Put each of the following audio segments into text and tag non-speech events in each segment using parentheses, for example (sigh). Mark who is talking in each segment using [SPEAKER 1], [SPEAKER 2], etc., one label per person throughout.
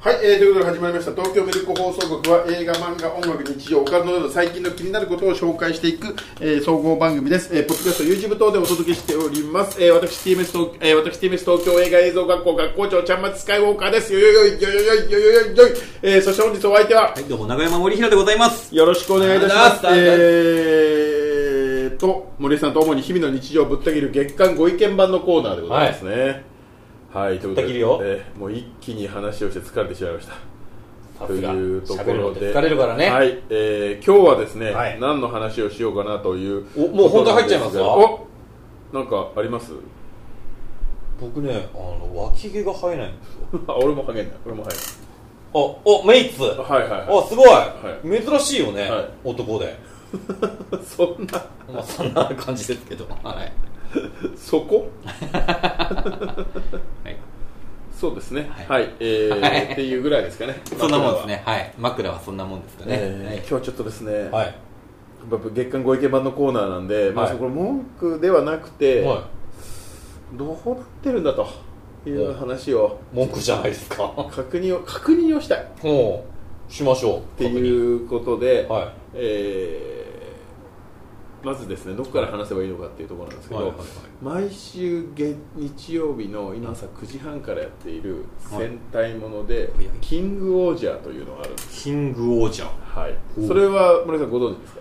[SPEAKER 1] はい、えー、ということで始まりました東京メルコ放送局は映画、漫画、音楽、日常、おかずなど最近の気になることを紹介していく、えー、総合番組です、えー、ポッドキャスト、YouTube 等でお届けしております、えー、私 TMS 東、えー、私 TMS 東京映画映像学校学校長ちゃんまつスカイウォーカーですよよよいよよよいよよよいよい、えー、そして本日お相手は、
[SPEAKER 2] はい、どうも、長山森平でございます。
[SPEAKER 1] よろしくお願いいたします。
[SPEAKER 2] ありがとうございます
[SPEAKER 1] えーと、森さんと主に日々の日常をぶった切る月間ご意見版のコーナーでございますね。はい、ということ
[SPEAKER 2] ぶった切
[SPEAKER 1] で、
[SPEAKER 2] るよ
[SPEAKER 1] えーもう一気に話をして疲れてしまいました。
[SPEAKER 2] さ
[SPEAKER 1] と
[SPEAKER 2] すが
[SPEAKER 1] いうとこ
[SPEAKER 2] 喋るの
[SPEAKER 1] ろ
[SPEAKER 2] って
[SPEAKER 1] で、
[SPEAKER 2] 疲れるからね。
[SPEAKER 1] はい、えー今日はですね、
[SPEAKER 2] はい
[SPEAKER 1] 何の話をしようかなという
[SPEAKER 2] おもう本題入っちゃいますか
[SPEAKER 1] よ。おなんかあります (laughs)
[SPEAKER 2] 僕ね、あの、脇毛が生えないんですよ。
[SPEAKER 1] あ俺もハゲない、俺もハゲ
[SPEAKER 2] あ、お、メイツ。あ、
[SPEAKER 1] ない。はいはいは
[SPEAKER 2] すごい、
[SPEAKER 1] は
[SPEAKER 2] 珍しいよね、
[SPEAKER 1] はい
[SPEAKER 2] 男で。
[SPEAKER 1] い。 (laughs) そんな、
[SPEAKER 2] まあ、そんな感じですけど。はい。
[SPEAKER 1] そこ
[SPEAKER 2] (laughs) はい、
[SPEAKER 1] そうですね。は、
[SPEAKER 2] はいい
[SPEAKER 1] え
[SPEAKER 2] は
[SPEAKER 1] ー、
[SPEAKER 2] い
[SPEAKER 1] っていうぐらいですかね。
[SPEAKER 2] (laughs) そんなもんですね。はい。枕はそんなもんですかね。
[SPEAKER 1] えー今日はちょっとですね、
[SPEAKER 2] はい。はい。
[SPEAKER 1] やっぱ月間ご意見版のコーナーなんで、まあ、
[SPEAKER 2] はい
[SPEAKER 1] これ文句ではなくて、
[SPEAKER 2] は
[SPEAKER 1] どうなってるんだという話を
[SPEAKER 2] い。文句じゃないですか。も
[SPEAKER 1] 確認を確認をしたいっ
[SPEAKER 2] う、しましょう。って
[SPEAKER 1] いうことで、
[SPEAKER 2] は
[SPEAKER 1] えーまずですねどこから話せばいいのかっていうところなんですけど、
[SPEAKER 2] はいはい
[SPEAKER 1] 毎週月日曜日の今朝9時半からやっている
[SPEAKER 2] はい
[SPEAKER 1] 戦隊もので、
[SPEAKER 2] はい
[SPEAKER 1] キングオージャーというのがあるんです、
[SPEAKER 2] キング王者。
[SPEAKER 1] はい
[SPEAKER 2] お、う
[SPEAKER 1] それは村井さんご存知ですか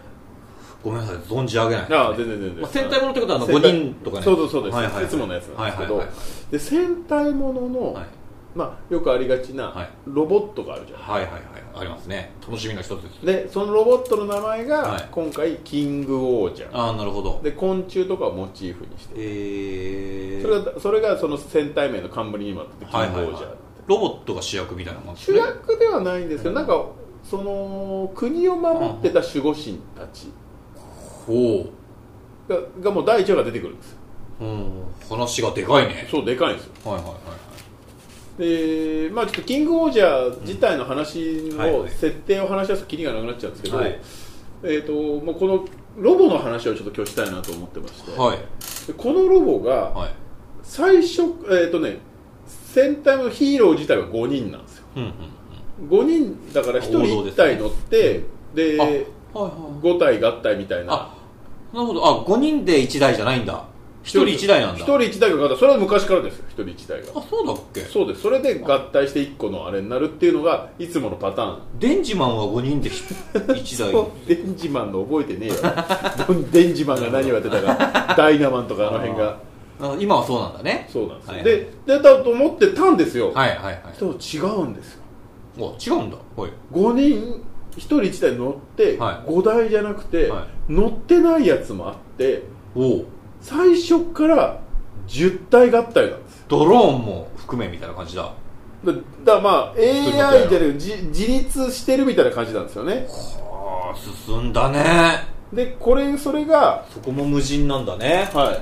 [SPEAKER 2] ごめんなさい、存じ上げない。
[SPEAKER 1] ああ全然全然、
[SPEAKER 2] まあ、戦隊ものってことは、あの、
[SPEAKER 1] 戦
[SPEAKER 2] 5
[SPEAKER 1] 隊
[SPEAKER 2] 人とかね。
[SPEAKER 1] そうそうそうです、
[SPEAKER 2] はいはいはい
[SPEAKER 1] いつものやつなんですけど、
[SPEAKER 2] はいはい
[SPEAKER 1] で戦隊ものの、
[SPEAKER 2] はい
[SPEAKER 1] まあ、よくありがちな、
[SPEAKER 2] はい
[SPEAKER 1] ロボットがあるじゃん
[SPEAKER 2] はいはいはいはい。ありますね。楽しみの一つです。
[SPEAKER 1] でそのロボットの名前が、
[SPEAKER 2] はい
[SPEAKER 1] 今回キングオージャー
[SPEAKER 2] ああ、なるほど。
[SPEAKER 1] で昆虫とかをモチーフにして
[SPEAKER 2] えー、
[SPEAKER 1] それがそれがその戦隊名の冠にもなっててキ
[SPEAKER 2] はい
[SPEAKER 1] ング
[SPEAKER 2] はい
[SPEAKER 1] オー
[SPEAKER 2] はい
[SPEAKER 1] ジャー、、
[SPEAKER 2] ロボットが主役みたいなもんです
[SPEAKER 1] 主
[SPEAKER 2] ね
[SPEAKER 1] 役ではないんですけど、なんかその国を守ってた守護神たち
[SPEAKER 2] ほ
[SPEAKER 1] ががもう第一話が出てくるんですよ
[SPEAKER 2] う、うん、話がでかいね
[SPEAKER 1] そうでかいんですよ
[SPEAKER 2] はいはいはい
[SPEAKER 1] でまあ、ちょっとキングオージャー自体の話
[SPEAKER 2] うん
[SPEAKER 1] の、
[SPEAKER 2] はいはい
[SPEAKER 1] 設定を話し出すときりがなくなっちゃうんですけど、
[SPEAKER 2] はい
[SPEAKER 1] えー、ともうこのロボの話をちょっと今日したいなと思ってまして、
[SPEAKER 2] はい
[SPEAKER 1] でこのロボが
[SPEAKER 2] はい
[SPEAKER 1] 最初、えーとね、戦隊のヒーロー自体は5人なんですよ
[SPEAKER 2] うんうん
[SPEAKER 1] 5人だから1人1体乗ってで,、
[SPEAKER 2] あはいはい
[SPEAKER 1] 5体合体みたいな
[SPEAKER 2] あなるほどあ五5人で1台じゃないんだ1人1台なんだ
[SPEAKER 1] 1人1台が合体それは昔からですよ1人1台が
[SPEAKER 2] あそうだっけ
[SPEAKER 1] そうですそれで合体して1個のあれになるっていうのがいつものパターン
[SPEAKER 2] デンジマンは5人 (laughs) で1台
[SPEAKER 1] デンジマンの覚えてねえよ (laughs) どんデンジマンが何をやってた
[SPEAKER 2] (laughs)
[SPEAKER 1] かダイナマンとかあの辺が
[SPEAKER 2] あ今はそうなんだね
[SPEAKER 1] そうなんですよ、
[SPEAKER 2] はい
[SPEAKER 1] で出たと思ってたんですよ、
[SPEAKER 2] はいはいはい
[SPEAKER 1] でも違うんですよ
[SPEAKER 2] お違うんだはい
[SPEAKER 1] 5人1人1台乗って、
[SPEAKER 2] はい
[SPEAKER 1] 5台じゃなくて、
[SPEAKER 2] は
[SPEAKER 1] 乗ってないやつもあって
[SPEAKER 2] おう
[SPEAKER 1] 最初から10体合体なんですよ
[SPEAKER 2] ドローンも含めみたいな感じだ
[SPEAKER 1] だだからまあ
[SPEAKER 2] ういうことだよ
[SPEAKER 1] AI じゃなく自自立してるみたいな感じなんですよね
[SPEAKER 2] ああ進んだね
[SPEAKER 1] でこれそれが
[SPEAKER 2] そこも無人なんだね
[SPEAKER 1] はい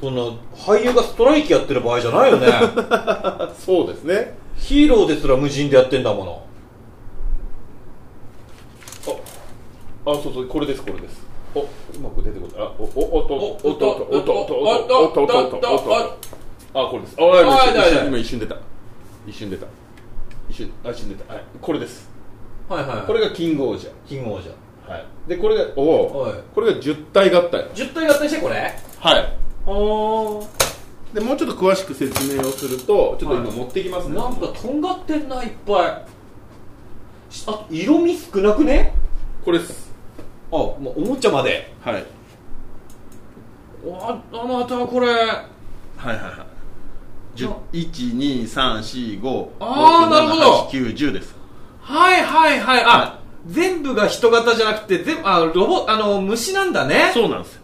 [SPEAKER 2] その俳優がストライキやってる場合じゃないよ (laughs) ね
[SPEAKER 1] あそうですね
[SPEAKER 2] ヒーローですら無人でやってんだもの
[SPEAKER 1] あ、そうそう、これです、これです。お、うまく出てこない。あ、お、お、お、お、お、お、お、お、お、お、お、お、お、お、あ、これです。あ、今一瞬出た。一瞬出た。一瞬、あ、一瞬出た。はい、これです。
[SPEAKER 2] はいはい
[SPEAKER 1] こ
[SPEAKER 2] これ
[SPEAKER 1] れがキングオージャ
[SPEAKER 2] キングオージャー
[SPEAKER 1] ー。はい。で、これが、おお、これが十体合体。
[SPEAKER 2] 10体合体してこれ
[SPEAKER 1] はい。
[SPEAKER 2] おー
[SPEAKER 1] で、もうちょっと詳しく説明をすると、ちょっと今持ってきますね。
[SPEAKER 2] なんかとんがってんないっぱいしあと色味少なくね
[SPEAKER 1] これです。
[SPEAKER 2] あもうおもちゃまで
[SPEAKER 1] はい。
[SPEAKER 2] わあまたこれ
[SPEAKER 1] はいはいはい。十、一、二、三、四、五。九、十です。
[SPEAKER 2] はいはいはいあ、全部が人型じゃなくて全部あロボあの虫なんだね
[SPEAKER 1] そうなんですよ。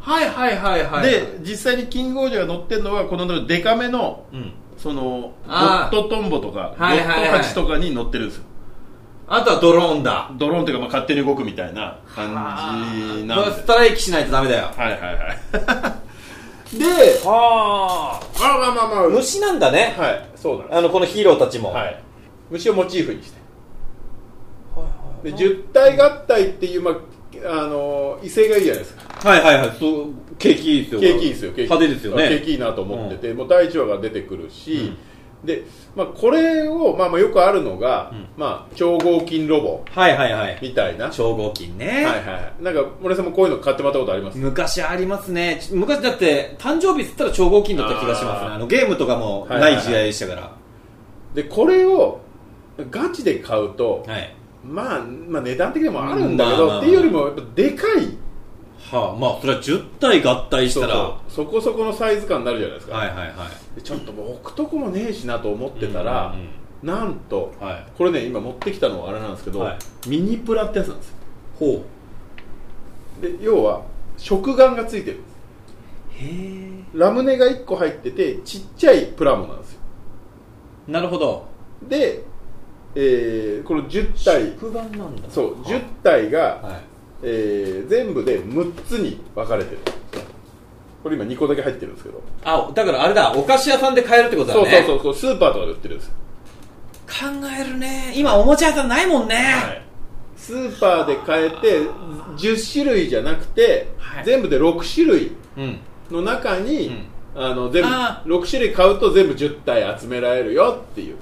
[SPEAKER 2] はいはいはいは
[SPEAKER 1] で実際にキングオージャーが乗ってるのはこのデカめの
[SPEAKER 2] うん
[SPEAKER 1] そのロッ
[SPEAKER 2] あー
[SPEAKER 1] トトンボとかロ
[SPEAKER 2] はい
[SPEAKER 1] ッ
[SPEAKER 2] はいはい
[SPEAKER 1] トハチとかに乗ってるんですよ
[SPEAKER 2] あとはドローンだ
[SPEAKER 1] ドローンというかまあ勝手に動くみたいな感じなん
[SPEAKER 2] こ
[SPEAKER 1] で
[SPEAKER 2] れ
[SPEAKER 1] す
[SPEAKER 2] ストライキしないとダメだよ
[SPEAKER 1] はいはいはいで
[SPEAKER 2] は
[SPEAKER 1] まあまあまあまあ
[SPEAKER 2] あ虫なんだね
[SPEAKER 1] はいそうなんで
[SPEAKER 2] あのこのヒーローたちも
[SPEAKER 1] す
[SPEAKER 2] はい
[SPEAKER 1] はい虫をモチーフにして
[SPEAKER 2] はい
[SPEAKER 1] で10体合体っていうまああの威勢がいいじゃないですか
[SPEAKER 2] はいはいはいそう景気いいですよ
[SPEAKER 1] 景気いいですよ景気
[SPEAKER 2] 派手ですよ
[SPEAKER 1] あ景
[SPEAKER 2] ね
[SPEAKER 1] 気いいなと思っててもう第1話が出てくるしで、まあ、これを、まあ、まあよくあるのが、
[SPEAKER 2] うん
[SPEAKER 1] まあ、超合金ロボ
[SPEAKER 2] はいはいはい
[SPEAKER 1] みたいな、
[SPEAKER 2] 超合金ね、
[SPEAKER 1] はいはい、なんか村井さんもこういうの買ってもらったことあります
[SPEAKER 2] 昔ありますね昔だって誕生日っつったら超合金だった気がしますね
[SPEAKER 1] あー
[SPEAKER 2] あのゲームとかもない時代でしたからは
[SPEAKER 1] でこれをガチで買うと、
[SPEAKER 2] い、
[SPEAKER 1] まあ、まあ値段的にもあるんだけど、
[SPEAKER 2] まあまあまあ
[SPEAKER 1] っていうよりもやっぱでかい
[SPEAKER 2] はあまあそれは10体合体したら
[SPEAKER 1] そうそうそこそこのサイズ感になるじゃないですか、
[SPEAKER 2] はいはいはい
[SPEAKER 1] でちょっともう置くとこもねえしなと思ってたら、
[SPEAKER 2] うんうん
[SPEAKER 1] なんと
[SPEAKER 2] うんはい
[SPEAKER 1] これね今持ってきたのはあれなんですけど、
[SPEAKER 2] はい
[SPEAKER 1] ミニプラってやつなんですよ
[SPEAKER 2] ほう
[SPEAKER 1] で要は食玩がついてる
[SPEAKER 2] へえ
[SPEAKER 1] ラムネが1個入っててちっちゃいプラモなんですよ
[SPEAKER 2] なるほど
[SPEAKER 1] で、えーこの10体
[SPEAKER 2] 食玩なんだ
[SPEAKER 1] そう
[SPEAKER 2] はい
[SPEAKER 1] 10体が、
[SPEAKER 2] はい
[SPEAKER 1] えー全部で6つに分かれてるこれ今2個だけ入ってるんですけど、
[SPEAKER 2] あだからあれだお菓子屋さんで買えるってことだ
[SPEAKER 1] そうそ
[SPEAKER 2] ね
[SPEAKER 1] うそうそうスーパーとかで売ってるんですよ、
[SPEAKER 2] 考えるね今おもちゃ屋さんないもんね、
[SPEAKER 1] はい、スーパーで買えて10種類じゃなくて、
[SPEAKER 2] はい
[SPEAKER 1] 全部で6種類
[SPEAKER 2] うん
[SPEAKER 1] の中に、
[SPEAKER 2] うん
[SPEAKER 1] あの全部
[SPEAKER 2] あ
[SPEAKER 1] 6種類買うと全部10体集められるよっていう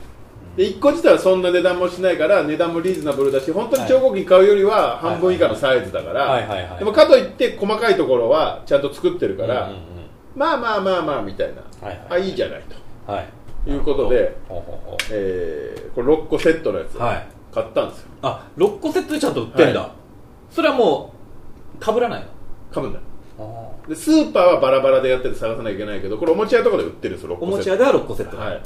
[SPEAKER 1] で1個自体はそんな値段もしないから値段もリーズナブルだし本当に超合金買うよりは半分以下のサイズだか
[SPEAKER 2] はいはいはいはいはいは
[SPEAKER 1] ら
[SPEAKER 2] い
[SPEAKER 1] でもかといって細かいところはちゃんと作ってるから、
[SPEAKER 2] うんうん
[SPEAKER 1] まあまあまあまあみたいな、
[SPEAKER 2] はいはい
[SPEAKER 1] あいいじゃない
[SPEAKER 2] うんはい
[SPEAKER 1] ということで、
[SPEAKER 2] ほうほうほう
[SPEAKER 1] えーこれ6個セットのやつ、
[SPEAKER 2] はい
[SPEAKER 1] 買ったんですよ
[SPEAKER 2] あ6個セットでちゃんと売ってんだ、
[SPEAKER 1] はい
[SPEAKER 2] それはもうかぶらない
[SPEAKER 1] 噛むんだ
[SPEAKER 2] の
[SPEAKER 1] でスーパーはバラバラでやってて探さなきゃいけないけどこれおもちゃ屋とかで売ってるんですよ6
[SPEAKER 2] お
[SPEAKER 1] 個
[SPEAKER 2] もち
[SPEAKER 1] セ
[SPEAKER 2] ゃ
[SPEAKER 1] ッ
[SPEAKER 2] 屋では6個セッ
[SPEAKER 1] ト
[SPEAKER 2] ト、
[SPEAKER 1] はい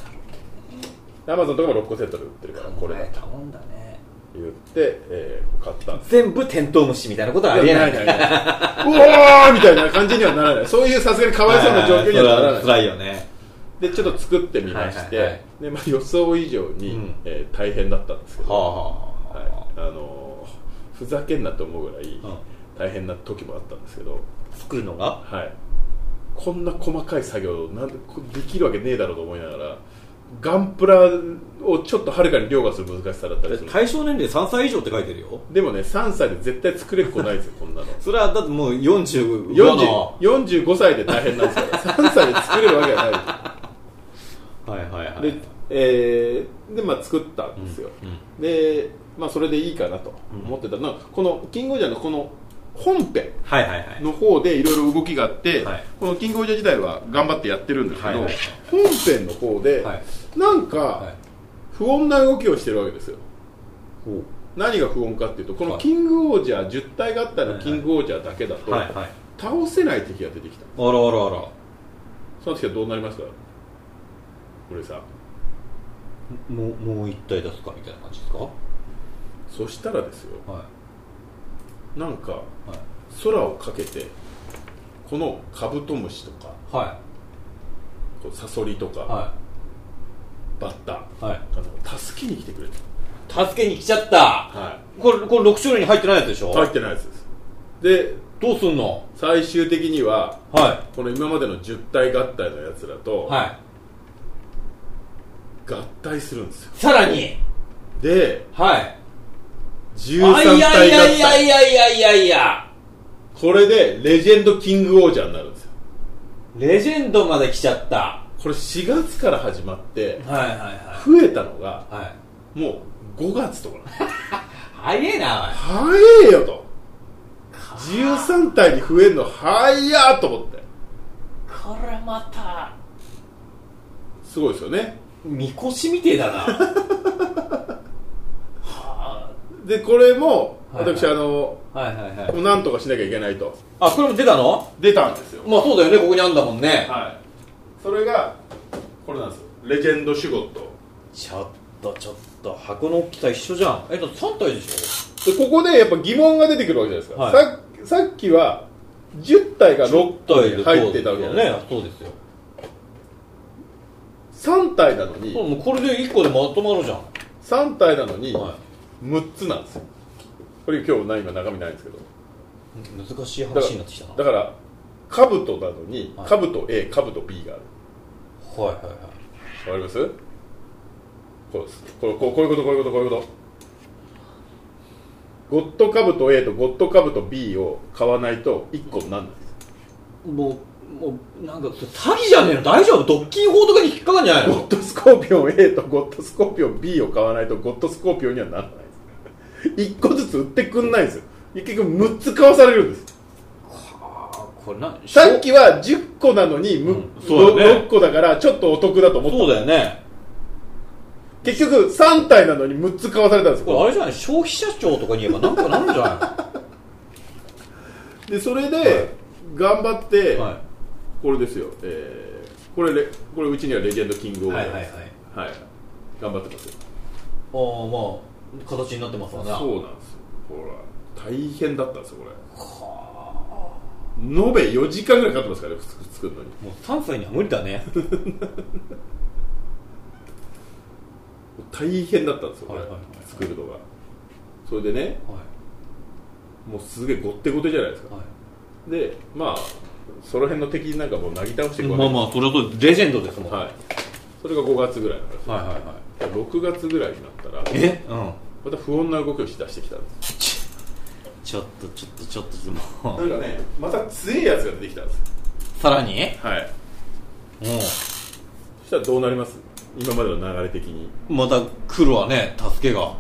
[SPEAKER 1] アマゾンとかも6個セットで売ってるからこれだと
[SPEAKER 2] 頼んだね
[SPEAKER 1] 言って、えー買ったんです
[SPEAKER 2] 全部テントウムシみたいなことはありえない
[SPEAKER 1] やないうわーみたいな感じにはならないそういうさすがにかわいそうな状況にはならない
[SPEAKER 2] 辛いよね
[SPEAKER 1] でちょっと作ってみまして、
[SPEAKER 2] はいはいはい
[SPEAKER 1] でまあ、予想以上に、
[SPEAKER 2] うん
[SPEAKER 1] えー大変だったんですけど、
[SPEAKER 2] はあはあ
[SPEAKER 1] はい
[SPEAKER 2] は
[SPEAKER 1] あのーふざけんなと思うぐらい
[SPEAKER 2] あ、うん
[SPEAKER 1] 大変な時もあったんですけど、
[SPEAKER 2] 作るのが
[SPEAKER 1] はい、こんな細かい作業なんでこできるわけねえだろうと思いながらガンプラをちょっとはるかに凌駕する難しさだったりする
[SPEAKER 2] 対象年齢3歳以上って書いてるよ
[SPEAKER 1] でもね3歳で絶対作れる子ないですよこんなの
[SPEAKER 2] それはだってもう45
[SPEAKER 1] 40
[SPEAKER 2] の
[SPEAKER 1] 45歳で大変なん
[SPEAKER 2] (laughs)
[SPEAKER 1] ですから3歳で作れるわけがないです
[SPEAKER 2] はいはいは
[SPEAKER 1] で、えーでまあ、作ったんですよ、
[SPEAKER 2] うん
[SPEAKER 1] で、まあ、それでいいかなと思ってたの、この「キングオージャー」のこの本編
[SPEAKER 2] はいはいはい
[SPEAKER 1] の方でいろいろ動きがあって、
[SPEAKER 2] はい
[SPEAKER 1] この「キングオージャー」自体は頑張ってやってるんですけど、
[SPEAKER 2] はいはい
[SPEAKER 1] 本編の方で、
[SPEAKER 2] はい
[SPEAKER 1] なんか、
[SPEAKER 2] はい
[SPEAKER 1] 不穏な動きをしてるわけですよ
[SPEAKER 2] ほう
[SPEAKER 1] 何が不穏かっていうとこの
[SPEAKER 2] は
[SPEAKER 1] 「
[SPEAKER 2] い
[SPEAKER 1] キングオージャー」10体があった
[SPEAKER 2] はい
[SPEAKER 1] ら
[SPEAKER 2] はい
[SPEAKER 1] キングオージャー」だけだと、
[SPEAKER 2] はいはい
[SPEAKER 1] 倒せない敵が出てきた
[SPEAKER 2] あらあらあら
[SPEAKER 1] その時はどうなりました俺さん
[SPEAKER 2] もうもう一体出すかみたいな感じですかは
[SPEAKER 1] そしたらですよなんか
[SPEAKER 2] いはい
[SPEAKER 1] 空をかけてこのカブトムシとか
[SPEAKER 2] は
[SPEAKER 1] こうサソリとか、
[SPEAKER 2] いは
[SPEAKER 1] バッタ
[SPEAKER 2] いはい
[SPEAKER 1] あの助けに来てくれた、
[SPEAKER 2] 助けに来ちゃった
[SPEAKER 1] は
[SPEAKER 2] これこれ6種類に入ってないやつでしょ
[SPEAKER 1] い、入ってないやつですで
[SPEAKER 2] どうすんの
[SPEAKER 1] 最終的には
[SPEAKER 2] は
[SPEAKER 1] この今までの10体合体のやつら
[SPEAKER 2] い
[SPEAKER 1] と
[SPEAKER 2] は
[SPEAKER 1] 合体するんですよ
[SPEAKER 2] いさらに
[SPEAKER 1] で
[SPEAKER 2] はい
[SPEAKER 1] 13
[SPEAKER 2] あい
[SPEAKER 1] 体
[SPEAKER 2] やい
[SPEAKER 1] 合
[SPEAKER 2] やいや
[SPEAKER 1] 体
[SPEAKER 2] いやいやいやいや
[SPEAKER 1] これでレジェンドキングオージャーになるんですよ
[SPEAKER 2] レジェンドまで来ちゃったは
[SPEAKER 1] これ4月から始まって
[SPEAKER 2] いはいは
[SPEAKER 1] 増えたのが
[SPEAKER 2] いはい
[SPEAKER 1] もう5月とかなんです
[SPEAKER 2] 早えな
[SPEAKER 1] 早えよと13体に増えるの早ーと思って
[SPEAKER 2] おいこれまた
[SPEAKER 1] すごいですよね
[SPEAKER 2] みこしみてえだなは
[SPEAKER 1] でこれも
[SPEAKER 2] はいはい
[SPEAKER 1] 私、あの
[SPEAKER 2] あはいはいは
[SPEAKER 1] もうなんとかしなきゃいけないと
[SPEAKER 2] あこれも出たの
[SPEAKER 1] 出たんですよ
[SPEAKER 2] まあそうだよねここにあんだもんね
[SPEAKER 1] はいそれがこれなんですよレジェンドシュゴット
[SPEAKER 2] ちょっとちょっと箱の大きさ一緒じゃんえだって3体でし
[SPEAKER 1] でここでやっぱ疑問が出てくるわけじゃないですか、
[SPEAKER 2] はい
[SPEAKER 1] さっさっきは10体が6
[SPEAKER 2] ょ
[SPEAKER 1] 体入ってたわけじゃない
[SPEAKER 2] ねそうですよ
[SPEAKER 1] 3体なのに
[SPEAKER 2] そうもうこれで1個でまとまるじゃん
[SPEAKER 1] 3体なのに
[SPEAKER 2] は
[SPEAKER 1] 6つなんですよこれ今日な今中身ないんですけど
[SPEAKER 2] い難しい
[SPEAKER 1] だか
[SPEAKER 2] 話になってきたな
[SPEAKER 1] らだから兜なのに
[SPEAKER 2] はい
[SPEAKER 1] 兜 A 兜 B がある
[SPEAKER 2] はいはいはい
[SPEAKER 1] わかりますこうですこれこうこういうことこういうことこういうことゴッドカブト A とゴッドカブト B を買わないと1個にならないです
[SPEAKER 2] もうもうなんか詐欺じゃねえの大丈夫ドッキン法とかに引っかかんじゃない
[SPEAKER 1] ゴッ
[SPEAKER 2] の
[SPEAKER 1] ドスコーピオン A とゴッドスコーピオン B を買わないとゴッドスコーピオンにはならないです1個ずつ売ってくんないんですよ結局6つ買わされるんです
[SPEAKER 2] あーこれな
[SPEAKER 1] さっきは10個なのに、む
[SPEAKER 2] うんそうだよね
[SPEAKER 1] 6個だからちょっとお得だと思った
[SPEAKER 2] そうだよね
[SPEAKER 1] 結局3体なのに6つ買わされたんです
[SPEAKER 2] これあ
[SPEAKER 1] よ
[SPEAKER 2] れじゃない消費者庁とかに言えばなんかなるんじゃ
[SPEAKER 1] でそれ
[SPEAKER 2] い
[SPEAKER 1] で頑張って、
[SPEAKER 2] ないのは
[SPEAKER 1] これですよ、えーこれレこれうちにはレジェンドキング
[SPEAKER 2] い
[SPEAKER 1] オー
[SPEAKER 2] は
[SPEAKER 1] ダ
[SPEAKER 2] い
[SPEAKER 1] ー
[SPEAKER 2] はいはい
[SPEAKER 1] ですはい頑張ってますよ
[SPEAKER 2] あーまあ形になってますわね
[SPEAKER 1] そうなんですよほら大変だったんですよこれ延べ4時間ぐらいかかってますからね普通作るのに
[SPEAKER 2] もう3歳には無理だ (laughs) ね
[SPEAKER 1] 大変だったんですよこれ、
[SPEAKER 2] はいはいはい
[SPEAKER 1] 作るのがそれでね
[SPEAKER 2] はい
[SPEAKER 1] もうすげえごってごてじゃないですか
[SPEAKER 2] は
[SPEAKER 1] でまあその辺の敵なんかもうなぎ倒して
[SPEAKER 2] い
[SPEAKER 1] いくわけ
[SPEAKER 2] まあまあそれはそうレジェンドですもん、
[SPEAKER 1] はい、それが5月ぐらいの話
[SPEAKER 2] はいはいは
[SPEAKER 1] 6月ぐらいになったら
[SPEAKER 2] いえうん
[SPEAKER 1] また不穏な動きをしだしてきたんです
[SPEAKER 2] (laughs) ちょっとちょっとちょっとも
[SPEAKER 1] なんかねまた強いやつが出てきたんです
[SPEAKER 2] う (laughs) さらに
[SPEAKER 1] はい
[SPEAKER 2] も
[SPEAKER 1] そしたらどうなります今までの流れ的に
[SPEAKER 2] うまた来るわね助けが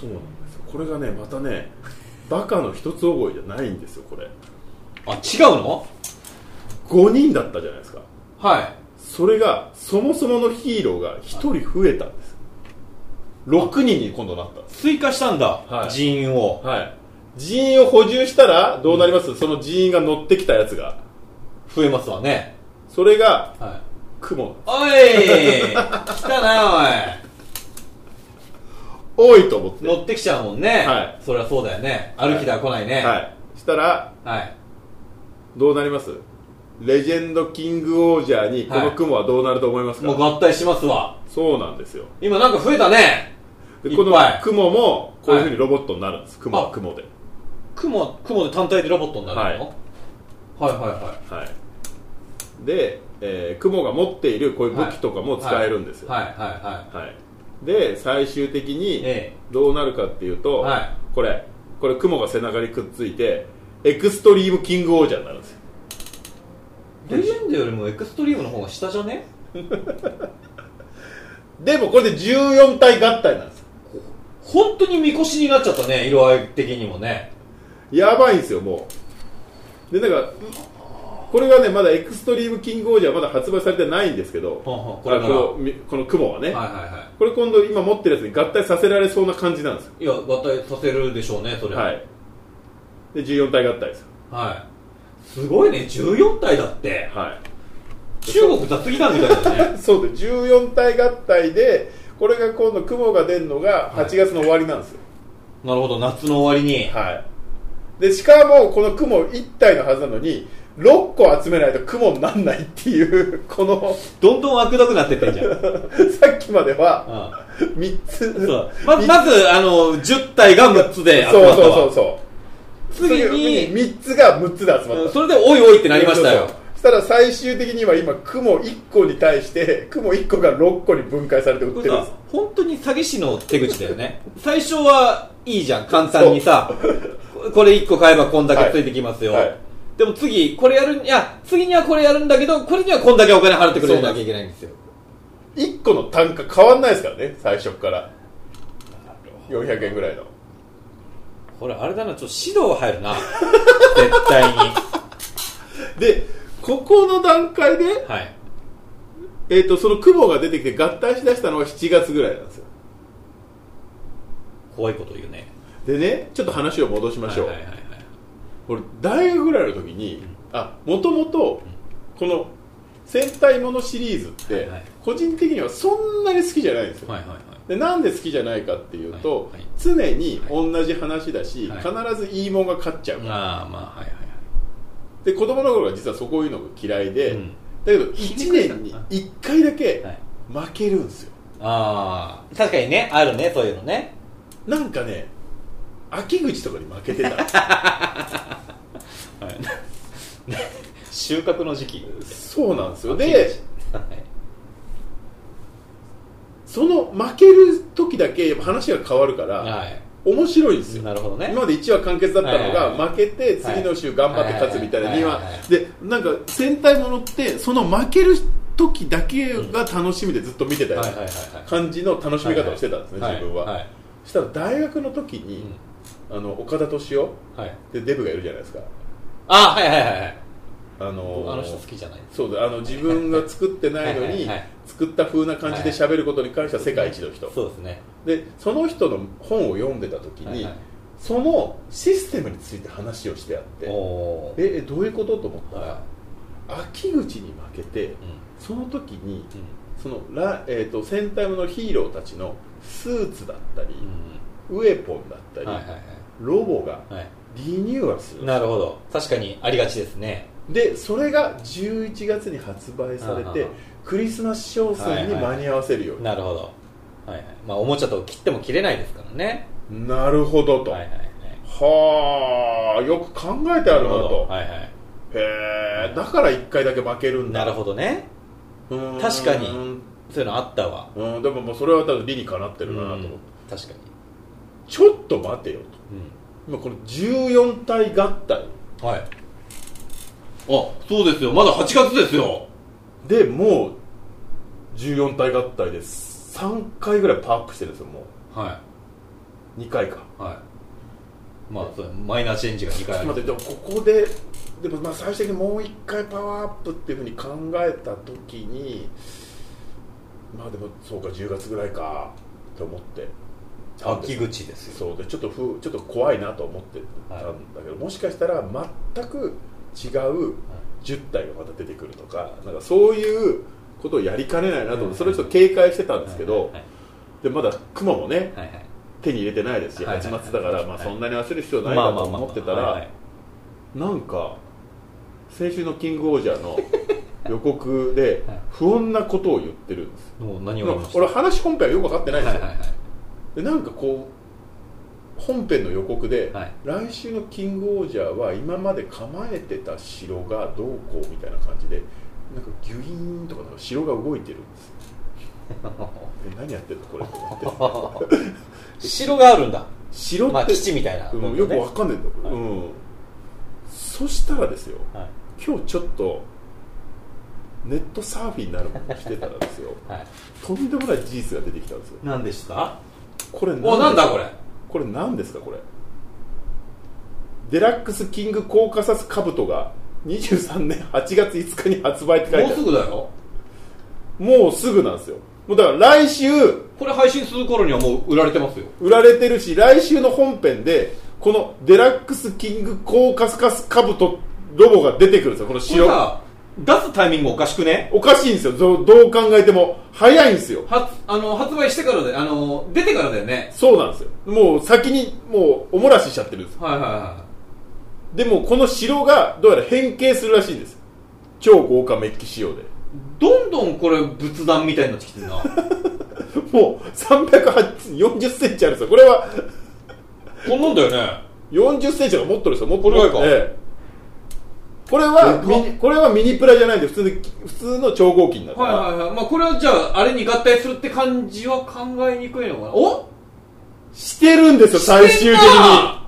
[SPEAKER 1] そうなんですよこれがねまたねバカの一つ覚えじゃないんですよこれ
[SPEAKER 2] あ違うの
[SPEAKER 1] 5人だったじゃないですか
[SPEAKER 2] はい
[SPEAKER 1] それがそもそものヒーローが1人増えたんです6人に今度なったんです
[SPEAKER 2] 追加したんだ、
[SPEAKER 1] はい
[SPEAKER 2] 人員を
[SPEAKER 1] はい人員を補充したらどうなります、その人員が乗ってきたやつが
[SPEAKER 2] 増えますわね
[SPEAKER 1] それが
[SPEAKER 2] はい
[SPEAKER 1] 雲
[SPEAKER 2] おい来た (laughs) な
[SPEAKER 1] 多いと思って
[SPEAKER 2] おい乗ってきちゃうもんね、
[SPEAKER 1] はい
[SPEAKER 2] そりゃそうだよね歩きでは来ないね
[SPEAKER 1] はいしたら
[SPEAKER 2] はい、
[SPEAKER 1] どうなりますレジェンドキングオージャーにこの雲はどうなると思いますか、
[SPEAKER 2] もう合体しますわ
[SPEAKER 1] そうなんですよ
[SPEAKER 2] 今なんか増えたね
[SPEAKER 1] で
[SPEAKER 2] いっ
[SPEAKER 1] この
[SPEAKER 2] ぱい
[SPEAKER 1] 雲もこういうふうにロボットになるんです、雲は雲で
[SPEAKER 2] 雲雲で単体でロボットになるの、はい、はいはい
[SPEAKER 1] はいで、えー雲が持っているこういう武器とかも使えるんですよ
[SPEAKER 2] はいはいはい
[SPEAKER 1] はいで最終的に
[SPEAKER 2] え
[SPEAKER 1] どうなるかっていうと、
[SPEAKER 2] はい
[SPEAKER 1] これこれ雲が背中にくっついてエクストリームキングオージャーになるんですよ
[SPEAKER 2] レジェンドよりもエクストリームの方が下じゃね
[SPEAKER 1] でもこれで14体合体なんですよ
[SPEAKER 2] 本当にみこしになっちゃったね色合い的にもね
[SPEAKER 1] やばいんですよもうでなんかこれがねまだエクストリームキングオージャーはまだ発売されてないんですけど
[SPEAKER 2] ほんほんこ
[SPEAKER 1] こ
[SPEAKER 2] れ
[SPEAKER 1] れ
[SPEAKER 2] か
[SPEAKER 1] こ
[SPEAKER 2] ら
[SPEAKER 1] のみこの雲はね、
[SPEAKER 2] はいはいは
[SPEAKER 1] これ今度今持ってるやつに合体させられそうな感じなんですよ
[SPEAKER 2] いいや合体させるでしょうねそれ
[SPEAKER 1] はいで14体合体ですよ
[SPEAKER 2] はいすごいね14体だって
[SPEAKER 1] は
[SPEAKER 2] 中国雑技団みたいだ
[SPEAKER 1] い
[SPEAKER 2] ね
[SPEAKER 1] そうで14体合体でこれが今度雲が出るのが8月の終わりなんですよ
[SPEAKER 2] (laughs) なるほど夏の終わりに
[SPEAKER 1] はいでしかもこの雲1体のはずなのに6個集めないと雲にならないっていうこの (laughs)
[SPEAKER 2] どんどん悪どくなってってんじゃん、うん
[SPEAKER 1] さっきまでは3つ (laughs)
[SPEAKER 2] そうままずあの10体が6つで集
[SPEAKER 1] そう
[SPEAKER 2] ま
[SPEAKER 1] そ
[SPEAKER 2] っ
[SPEAKER 1] う
[SPEAKER 2] たわ
[SPEAKER 1] そうそう
[SPEAKER 2] 次に
[SPEAKER 1] 3つが6つで集まった
[SPEAKER 2] うんそれでおいおいってなりました
[SPEAKER 1] そう
[SPEAKER 2] よ
[SPEAKER 1] そうそしたら最終的には今雲1個に対して雲1個が6個に分解されて売ってるんです
[SPEAKER 2] 本当に詐欺師の手口だよ (laughs) ね最初はいいじゃん簡単に (laughs) さこれ1個買えばこんだけついてきますよ、
[SPEAKER 1] はいはい
[SPEAKER 2] でも次これやるいや次にはこれやるんだけどこれにはこんだけお金払ってくれなきゃいけないんですよ
[SPEAKER 1] 1個の単価変わんないですからね最初から400円ぐらいの
[SPEAKER 2] (laughs) これあれだなちょっと指導入 (laughs) るな絶対に
[SPEAKER 1] でここの段階で、
[SPEAKER 2] はい
[SPEAKER 1] えー、とその雲が出てきて合体しだしたのが7月ぐらいなんですよ
[SPEAKER 2] 怖いこと言うね
[SPEAKER 1] でねちょっと話を戻しましょう、
[SPEAKER 2] はいはいはいはい
[SPEAKER 1] 俺大学ぐらいの時にあもともとこの戦隊ものシリーズっ
[SPEAKER 2] はい
[SPEAKER 1] て
[SPEAKER 2] はい
[SPEAKER 1] 個人的にはそんなに好きじゃないんですよ、
[SPEAKER 2] はいはいはい
[SPEAKER 1] でなんで好きじゃないかっていうと、
[SPEAKER 2] はいはい
[SPEAKER 1] 常に同じ話だし、
[SPEAKER 2] は
[SPEAKER 1] 必ずいいもんが勝っちゃう、
[SPEAKER 2] ああまあはいはい
[SPEAKER 1] で子供の頃は実はそこういうのが嫌いで、
[SPEAKER 2] うん
[SPEAKER 1] だけど1年
[SPEAKER 2] (laughs)
[SPEAKER 1] に1回だけ
[SPEAKER 2] はい
[SPEAKER 1] 負けるんですよ
[SPEAKER 2] ああ確かにねあるねそういうのね
[SPEAKER 1] なんかね秋口とかに負けて
[SPEAKER 2] (laughs)
[SPEAKER 1] た
[SPEAKER 2] はい収穫の時期
[SPEAKER 1] そうなんですよ
[SPEAKER 2] で
[SPEAKER 1] で、
[SPEAKER 2] (laughs)
[SPEAKER 1] その負ける時だけやっぱ話が変わるから
[SPEAKER 2] はい、
[SPEAKER 1] 面白いんですよ
[SPEAKER 2] なるほどね
[SPEAKER 1] 今まで1話完結だったの
[SPEAKER 2] はいはいは
[SPEAKER 1] が負けて次の週頑張って勝つみたいな
[SPEAKER 2] はい
[SPEAKER 1] 2
[SPEAKER 2] はい
[SPEAKER 1] 話
[SPEAKER 2] はい
[SPEAKER 1] でなんか戦隊ものってその負ける時だけが楽しみでずっと見てたよう
[SPEAKER 2] はい
[SPEAKER 1] な
[SPEAKER 2] はいはいはい
[SPEAKER 1] 感じの楽しみ方をしてたんですね
[SPEAKER 2] はい
[SPEAKER 1] 自分
[SPEAKER 2] は
[SPEAKER 1] はいそしたら大学の時にあの岡田斗司夫
[SPEAKER 2] はい
[SPEAKER 1] でデブがいるじゃないですか
[SPEAKER 2] あはいはいはいはい
[SPEAKER 1] あのー
[SPEAKER 2] あの人好きじゃない
[SPEAKER 1] そうだあの自分が作ってないの
[SPEAKER 2] はいはい
[SPEAKER 1] に
[SPEAKER 2] はい
[SPEAKER 1] 作った風な感じで喋ることに関しては世界一の人
[SPEAKER 2] そうですね
[SPEAKER 1] でその人の本を読んでた時に、
[SPEAKER 2] はいはい
[SPEAKER 1] そのシステムについて話をしてあってえ
[SPEAKER 2] おー
[SPEAKER 1] えどういうことと思ったら、
[SPEAKER 2] は
[SPEAKER 1] 秋口に負けて
[SPEAKER 2] いうん
[SPEAKER 1] その時に
[SPEAKER 2] う
[SPEAKER 1] そのラ、えー、と戦隊ものヒーローたちのスーツだったり、
[SPEAKER 2] ん
[SPEAKER 1] ウェポンだったり、
[SPEAKER 2] はいはい
[SPEAKER 1] ロボが
[SPEAKER 2] はいは
[SPEAKER 1] リニューアルす
[SPEAKER 2] い
[SPEAKER 1] る
[SPEAKER 2] なるほど確かにありがちですね
[SPEAKER 1] でそれが11月に発売され
[SPEAKER 2] あ
[SPEAKER 1] て
[SPEAKER 2] あ
[SPEAKER 1] クリスマス商戦に間に合わせるように、
[SPEAKER 2] なるほどはいはいまあおもちゃと切っても切れないですからね
[SPEAKER 1] なるほどと、
[SPEAKER 2] はい
[SPEAKER 1] は
[SPEAKER 2] はいはい
[SPEAKER 1] あよく考えてあるな
[SPEAKER 2] なるほ
[SPEAKER 1] と
[SPEAKER 2] ど、はいはい
[SPEAKER 1] へえだから1回だけ負けるんだ
[SPEAKER 2] なるほどね
[SPEAKER 1] うーん
[SPEAKER 2] 確かにそういうのあったわ
[SPEAKER 1] うんでももうそれは多分理にかなってるなと思って、
[SPEAKER 2] うん確かに
[SPEAKER 1] ちょっと待てよと今この14体合体
[SPEAKER 2] うんはいあそうですよまだ8月ですよ
[SPEAKER 1] でもう14体合体です3回ぐらいパワーアップしてるんですよも
[SPEAKER 2] は
[SPEAKER 1] う2回か
[SPEAKER 2] いはいまあそうマイナーチェンジが2
[SPEAKER 1] ちょっ
[SPEAKER 2] 回あ
[SPEAKER 1] と待
[SPEAKER 2] る
[SPEAKER 1] ってでもここででもまあ最終的にもう1回パワーアップっていうふうに考えた時にまあでもそうか10月ぐらいかと思って
[SPEAKER 2] 秋口ですよ
[SPEAKER 1] そうでちょっとふちょっと怖いなと思ってたんだけど、もしかしたら全く違う10体がまた出てくるとかなんかそういうことをやりかねないなと思って、
[SPEAKER 2] うん
[SPEAKER 1] それをちょっと警戒してたんですけど、
[SPEAKER 2] はい
[SPEAKER 1] でまだ雲もね
[SPEAKER 2] はいはい
[SPEAKER 1] 手に入れてないですし
[SPEAKER 2] はいはい
[SPEAKER 1] 8月だから、まあ、
[SPEAKER 2] はい
[SPEAKER 1] そんなに焦る必要
[SPEAKER 2] ま
[SPEAKER 1] な
[SPEAKER 2] あ
[SPEAKER 1] いな
[SPEAKER 2] まあ
[SPEAKER 1] と
[SPEAKER 2] まあ
[SPEAKER 1] 思ってた
[SPEAKER 2] はいは
[SPEAKER 1] ら
[SPEAKER 2] い
[SPEAKER 1] なんか先週の「キングオージャー」の予告で
[SPEAKER 2] はい
[SPEAKER 1] 不穏なことを言ってるんです
[SPEAKER 2] もう何を
[SPEAKER 1] で
[SPEAKER 2] (laughs) 言
[SPEAKER 1] も
[SPEAKER 2] いました
[SPEAKER 1] 俺話本編はよく分かってないんですよ、
[SPEAKER 2] (laughs) はいはいはい
[SPEAKER 1] でなんかこう本編の予告で、
[SPEAKER 2] はい
[SPEAKER 1] 来週の「キングオージャー」は今まで構えてた城がどうこうみたいな感じでなんかギュイーンとかなんか城が動いてるんですよえ何やってんのこれと思って
[SPEAKER 2] 城があるんだ、
[SPEAKER 1] 城って、
[SPEAKER 2] まあ、基地みたいな、
[SPEAKER 1] うんよくわ
[SPEAKER 2] か
[SPEAKER 1] かんないんだよ、
[SPEAKER 2] はい
[SPEAKER 1] うん、そしたらですよ
[SPEAKER 2] は
[SPEAKER 1] 今日ちょっとネットサーフィンになるものをしてたらですよ
[SPEAKER 2] い、は
[SPEAKER 1] とんでもない事実が出てきたんですよ
[SPEAKER 2] い、何でした
[SPEAKER 1] これ
[SPEAKER 2] おなんだこれ
[SPEAKER 1] これ何ですかこれデラックスキングコーカサスカブトが23年8月5日に発売って書いてある
[SPEAKER 2] もうすぐだよ
[SPEAKER 1] もうすぐなんですよもうだから来週
[SPEAKER 2] これ配信する頃にはもう売られてますよ
[SPEAKER 1] 売られてるし来週の本編でこのデラックスキングコーカスカスカブトロボが出てくるんですよこの
[SPEAKER 2] これ
[SPEAKER 1] 白
[SPEAKER 2] さ出すタイミングおかしくね
[SPEAKER 1] おかしいんですよどうどう考えても早いんですよ
[SPEAKER 2] 発あの発売してからであの出てからだよね
[SPEAKER 1] そうなんですよもう先にもうおもらししちゃってるんです
[SPEAKER 2] はいはいは
[SPEAKER 1] でもこの城がどうやら変形するらしいんです超豪華メッキ仕様で
[SPEAKER 2] いどんどんこれ仏壇みたいになってきてる (laughs) なこ
[SPEAKER 1] もう340センチあるんですよこれは
[SPEAKER 2] んなんだよね
[SPEAKER 1] 40センチが持ってるんですよもっと
[SPEAKER 2] これぐらいか
[SPEAKER 1] ええこれは
[SPEAKER 2] でかっ
[SPEAKER 1] ミニこれはミニプラじゃないんで普通に普通の超合金だから、
[SPEAKER 2] はいはいはいまあこれはじゃああれに合体するって感じは考えにくいのかなお
[SPEAKER 1] してるんですよ最終的
[SPEAKER 2] してんな
[SPEAKER 1] に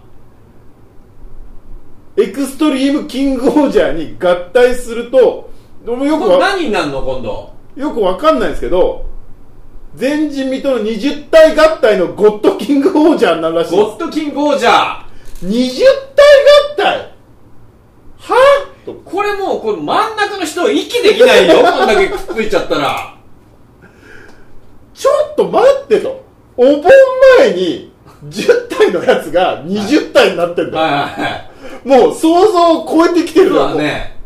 [SPEAKER 1] エクストリームキングオージャーに合体するとでもよく
[SPEAKER 2] これ
[SPEAKER 1] わ
[SPEAKER 2] 何になるの今度
[SPEAKER 1] よくわかんないんですけど前人未到の20体合体のゴッドキングオージャーになるらしいです
[SPEAKER 2] ゴッドキングオージャ
[SPEAKER 1] 20
[SPEAKER 2] ー
[SPEAKER 1] 体合体はと
[SPEAKER 2] これもうこれ真ん中の人息できな
[SPEAKER 1] (laughs)
[SPEAKER 2] いよこんだけくっついちゃったら
[SPEAKER 1] ちょっと待ってとお盆前に10体のやつが20体になってんだよ、
[SPEAKER 2] はいはいはい
[SPEAKER 1] もう想像を超えてきて
[SPEAKER 2] そ
[SPEAKER 1] る
[SPEAKER 2] う
[SPEAKER 1] よ
[SPEAKER 2] だね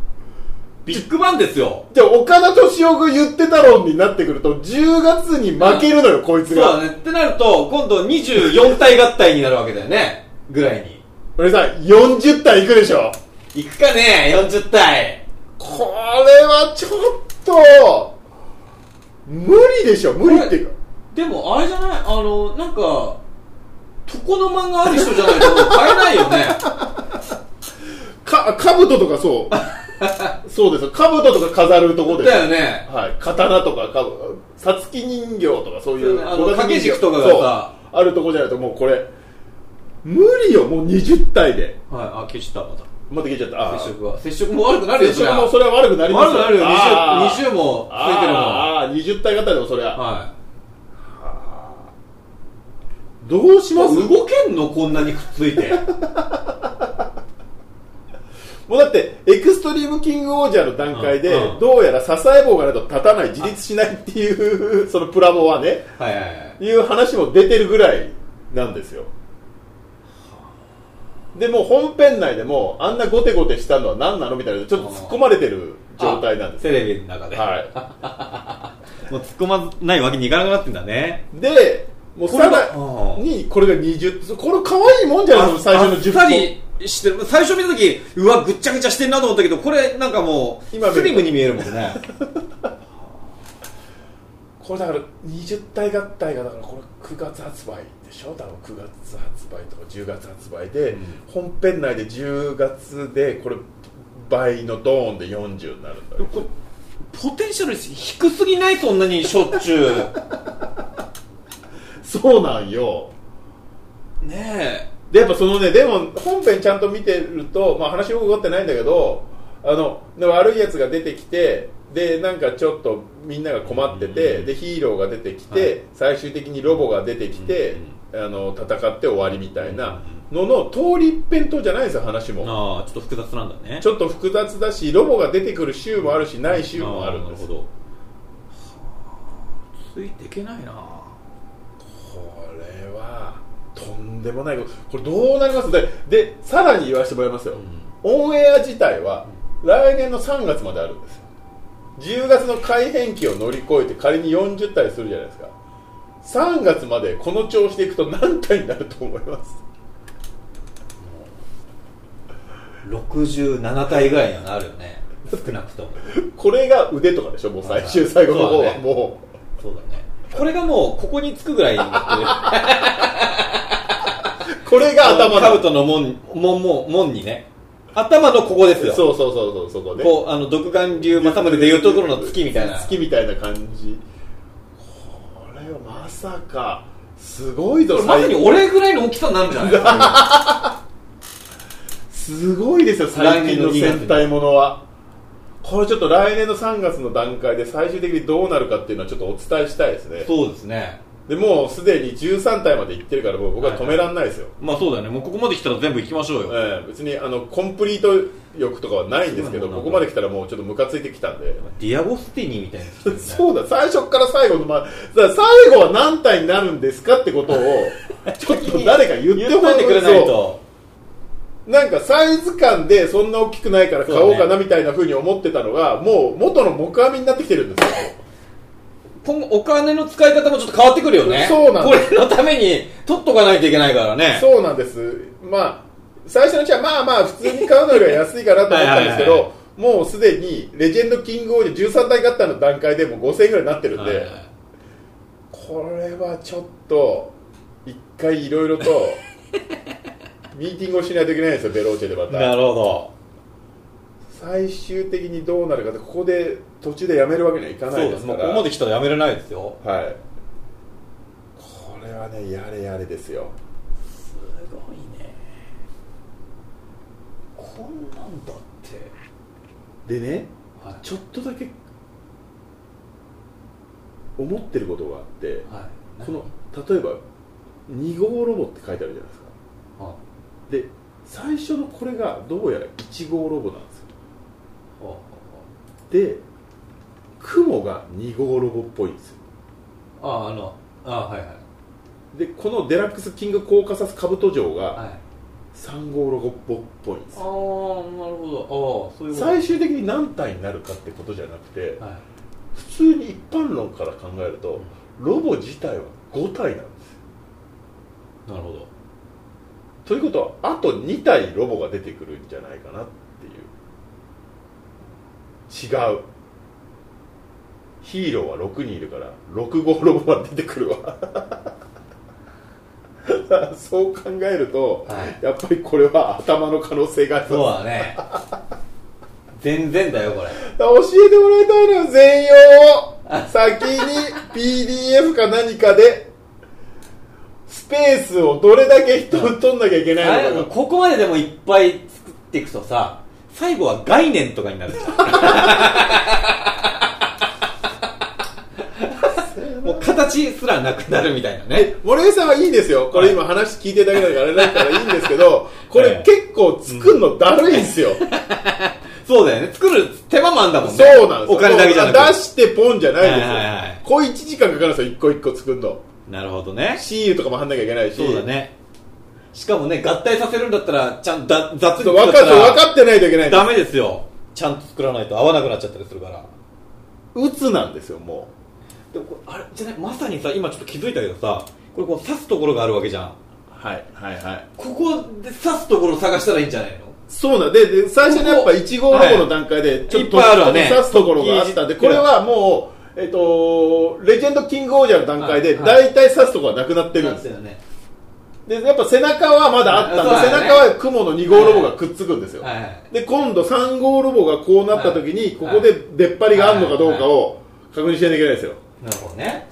[SPEAKER 2] ビッグバンですよ
[SPEAKER 1] もうで岡田敏夫が言ってたろうになってくると10月に負けるのよ、こい
[SPEAKER 2] そ
[SPEAKER 1] つ
[SPEAKER 2] うだ
[SPEAKER 1] が
[SPEAKER 2] ねってなると今度24体合体になるわけだよねぐらいに
[SPEAKER 1] 俺さ40体いくでしょ
[SPEAKER 2] いくかね40体
[SPEAKER 1] これはちょっと無理でしょ無理っていうか
[SPEAKER 2] でもあれじゃないあのなんか床の間がある人じゃないと買えないよね
[SPEAKER 1] (laughs) か兜とかそう
[SPEAKER 2] (laughs)
[SPEAKER 1] そうですよ兜とか飾るとこです
[SPEAKER 2] だよね
[SPEAKER 1] はい、刀とかかさつき人形とかそういう
[SPEAKER 2] そうねあの掛け軸とかがさ
[SPEAKER 1] そうあるとこじゃないともうこれ無理よもう20体で
[SPEAKER 2] はい、あ、消した、ま
[SPEAKER 1] また消えちゃった
[SPEAKER 2] た。
[SPEAKER 1] あー
[SPEAKER 2] 接触は。接触も悪くなるよ、
[SPEAKER 1] 接
[SPEAKER 2] そり
[SPEAKER 1] 触
[SPEAKER 2] ゃ
[SPEAKER 1] もそれは悪くなります
[SPEAKER 2] 悪くなるよ、
[SPEAKER 1] あー
[SPEAKER 2] 20、20も増えてるもん。は
[SPEAKER 1] あーあー20体型でもそりゃ
[SPEAKER 2] い。
[SPEAKER 1] どうします
[SPEAKER 2] 動けんのこんなにくっつ
[SPEAKER 1] (laughs)
[SPEAKER 2] いて
[SPEAKER 1] もうだってエクストリームキング王者の段階で、
[SPEAKER 2] うんうん
[SPEAKER 1] どうやら支え棒がないと立たない自立しないっていう (laughs) そのプラモはね
[SPEAKER 2] はいはいはい
[SPEAKER 1] いう話も出てるぐらいなんですよでもう本編内でもあんなゴテゴテしたのは何なのみたいなちょっと突っ込まれてる状態なんです
[SPEAKER 2] テレビの中で、
[SPEAKER 1] は
[SPEAKER 2] もう突っ込まないわけにいかなくなってんだね
[SPEAKER 1] いでもう
[SPEAKER 2] これ
[SPEAKER 1] さ
[SPEAKER 2] が
[SPEAKER 1] ら
[SPEAKER 2] うん
[SPEAKER 1] にこれが20これ可愛いもんじゃないですか最初の10
[SPEAKER 2] あっ
[SPEAKER 1] 個
[SPEAKER 2] さりしてる最初見た時うわぐっちゃぐちゃしてんなと思ったけどこれなんかもう
[SPEAKER 1] 今見ると
[SPEAKER 2] スリムに見えるもん
[SPEAKER 1] (laughs)
[SPEAKER 2] ね
[SPEAKER 1] これだから20体合体がだからこれ9月発売でしょ多分9月発売とか10月発売で、
[SPEAKER 2] うん
[SPEAKER 1] 本編内で10月でこれ倍のドーンで40になるんだよ
[SPEAKER 2] これポテンシャル低すぎないそんなにしょっちゅう (laughs)
[SPEAKER 1] そうなんよ
[SPEAKER 2] ね
[SPEAKER 1] でやっぱそのねでも本編ちゃんと見てると、まあ、話よく分かってないんだけどあので悪いやつが出てきてでなんかちょっとみんなが困ってて、
[SPEAKER 2] うん
[SPEAKER 1] でヒーローが出てきて、
[SPEAKER 2] はい
[SPEAKER 1] 最終的にロボが出てきて、あの戦って終わりみたいなのの通り一辺倒じゃないんですよ話
[SPEAKER 2] え
[SPEAKER 1] も、
[SPEAKER 2] ああちょっと複雑なんだね
[SPEAKER 1] ちょっと複雑だしロボが出てくる週もあるしない週もあるんです
[SPEAKER 2] ああなるほどはあついていけないな
[SPEAKER 1] これはとんでもないことこれどうなりますででさらに言わせてもらいますよ、オンエア自体は来年の3月まであるんですよ10月の改変期を乗り越えて仮に40体するじゃないですか3月までこの調子でいくと何体になると思います
[SPEAKER 2] 67体ぐらいにはなるよね少なくとも
[SPEAKER 1] これが腕とかでしょもう最
[SPEAKER 2] は
[SPEAKER 1] 終
[SPEAKER 2] い
[SPEAKER 1] 最後の方
[SPEAKER 2] そうだ
[SPEAKER 1] は
[SPEAKER 2] ね
[SPEAKER 1] も
[SPEAKER 2] そうだねこれがもうここにつくぐらい
[SPEAKER 1] (laughs)
[SPEAKER 2] になってる
[SPEAKER 1] うこれが頭
[SPEAKER 2] カ
[SPEAKER 1] だ
[SPEAKER 2] ブトの門門門門にね頭のここです
[SPEAKER 1] そう
[SPEAKER 2] よ
[SPEAKER 1] そうそうそうそこね
[SPEAKER 2] こうあの独眼竜政宗でいうところの月みたいな
[SPEAKER 1] 月みたいな感じこれはまさかすごい
[SPEAKER 2] こ
[SPEAKER 1] ぞ
[SPEAKER 2] れまさに俺ぐらいの大きさになるんじゃない
[SPEAKER 1] すごいですよ最近の戦隊ものはこれちょっと来年の3月の段階で最終的にどうなるかっていうのはちょっとお伝えしたいですね
[SPEAKER 2] (laughs) そうですね
[SPEAKER 1] でもうすでに13体までいってるからもう僕は止めらんないですよ、
[SPEAKER 2] まあそうだよねもうここまで来たら全部行きましょうよ、
[SPEAKER 1] ええ別にあのコンプリート欲とかはないんですけど
[SPEAKER 2] そうなんだ
[SPEAKER 1] ここまで来たらもうちょっとムカついてきたんで
[SPEAKER 2] ディアゴスティニーみたいなやつ来てるね
[SPEAKER 1] そうだ最初から最後の、まあ、だから最後は何体になるんですかってことをちょっと誰か言って
[SPEAKER 2] 言っ
[SPEAKER 1] ほし
[SPEAKER 2] と
[SPEAKER 1] い
[SPEAKER 2] いてくれないと
[SPEAKER 1] なんかサイズ感でそんな大きくないから買おうか
[SPEAKER 2] そう
[SPEAKER 1] なみたいな風に思ってたのが、もう元の木阿弥になってきてるんですよ
[SPEAKER 2] 今後お金の使い方もちょっと変わってくるよね
[SPEAKER 1] そうなん
[SPEAKER 2] こ
[SPEAKER 1] です
[SPEAKER 2] れのために取っとかないといけないからね
[SPEAKER 1] そうなんですまあ最初のうちはまあまあ普通に買うのよりは安いかなと思ったんですけ
[SPEAKER 2] はいはい
[SPEAKER 1] どもうすでにレジェンドキングオーディ13体買ったの段階でもう5000円ぐらいになってるんで、
[SPEAKER 2] はいはい
[SPEAKER 1] これはちょっと一回いろいろとミーティングをしないといけないんですよベローチェでまた
[SPEAKER 2] なるほど
[SPEAKER 1] 最終的にどうなるかってここで途中でやめるわけにはいかな
[SPEAKER 2] そ
[SPEAKER 1] いうで
[SPEAKER 2] です
[SPEAKER 1] す
[SPEAKER 2] も
[SPEAKER 1] か
[SPEAKER 2] う
[SPEAKER 1] ら
[SPEAKER 2] ここまで来たらやめれないですよ
[SPEAKER 1] はいこれはねやれやれですよ
[SPEAKER 2] すごいねこんなんだって
[SPEAKER 1] でね
[SPEAKER 2] はい
[SPEAKER 1] ちょっとだけ思ってることがあって
[SPEAKER 2] はい
[SPEAKER 1] この例えば2号ロボって書いてあるじゃないですか
[SPEAKER 2] は
[SPEAKER 1] で最初のこれがどうやら1号ロボなんですよ
[SPEAKER 2] は
[SPEAKER 1] で雲が2号ロボっぽいんですよ
[SPEAKER 2] あああのあはいはい
[SPEAKER 1] でこのデラックスキングコーカサスカブト城が
[SPEAKER 2] はい
[SPEAKER 1] 3号ロボっぽいんです
[SPEAKER 2] ああなる
[SPEAKER 1] よ
[SPEAKER 2] ほどああそういうこと
[SPEAKER 1] 最終的に何体になるかってことじゃなくて、
[SPEAKER 2] はい
[SPEAKER 1] 普通に一般論から考えるとロボ自体は5体なんですよ
[SPEAKER 2] なるほど
[SPEAKER 1] ということはあと2体ロボが出てくるんじゃないかなっていう違うヒーローは6人いるから6号ロボは出てくるわ (laughs) そう考えると、
[SPEAKER 2] はい
[SPEAKER 1] やっぱりこれは頭の可能性があり
[SPEAKER 2] そう
[SPEAKER 1] ま
[SPEAKER 2] だ (laughs) ね全然だよこれ
[SPEAKER 1] す教えてもらいたいのよ全容を先に PDF か何かでスペースをどれだけ人を取んなきゃいけ
[SPEAKER 2] あ
[SPEAKER 1] ない
[SPEAKER 2] れ
[SPEAKER 1] のか
[SPEAKER 2] ここまででもいっぱい作っていくとさ最後は概念とかになるじゃんもう形すらなくなるみたいな
[SPEAKER 1] え
[SPEAKER 2] ね
[SPEAKER 1] 森上さんはいいですよこれ今話聞いてるだけだからあれだからいいんですけどこれ結構作るのだるいんですよ
[SPEAKER 2] そうだよね作る手間もあんだもんね
[SPEAKER 1] そうなんですよ
[SPEAKER 2] お金だけじゃなく
[SPEAKER 1] 出してポンじゃないですよ、
[SPEAKER 2] はいはいはい
[SPEAKER 1] こう1時間かかるんですよ一個一個作るの
[SPEAKER 2] なるほどね
[SPEAKER 1] シールとかも貼んなきゃいけないし
[SPEAKER 2] そうだねしかもね合体させるんだったらちゃんとだ雑に
[SPEAKER 1] ちょ
[SPEAKER 2] 作
[SPEAKER 1] っと分か
[SPEAKER 2] った
[SPEAKER 1] って分
[SPEAKER 2] ら
[SPEAKER 1] かってないといけないんで
[SPEAKER 2] ダメですよちゃんと作らないと合わなくなっちゃったりするから
[SPEAKER 1] す鬱なんですよも
[SPEAKER 2] でもこれあれじゃないまさにさ今ちょっと気づいたけどさこれこう刺すところがあるわけじゃん
[SPEAKER 1] うはいはいはい
[SPEAKER 2] ここで刺すところ探したらいいんじゃないの
[SPEAKER 1] そうなんでで最初にやっぱ1号ロゴの段階でちょっと
[SPEAKER 2] いっぱいあるわね
[SPEAKER 1] 刺すところがあったんでこれはもう、えっとレジェンドキングオージャーの段階で
[SPEAKER 2] はい
[SPEAKER 1] 大体刺すところはなくなってるん
[SPEAKER 2] な
[SPEAKER 1] で
[SPEAKER 2] ん
[SPEAKER 1] す
[SPEAKER 2] だよね
[SPEAKER 1] でやっぱ背中はまだあったんで、
[SPEAKER 2] はい
[SPEAKER 1] 背中は雲の2号ロボがくっつくんですよ、
[SPEAKER 2] はいはい
[SPEAKER 1] で今度3号ロボがこうなった時に、
[SPEAKER 2] はい
[SPEAKER 1] ここで出っ張りがあるのかどうかを確認しないといけないですよ
[SPEAKER 2] なるほどね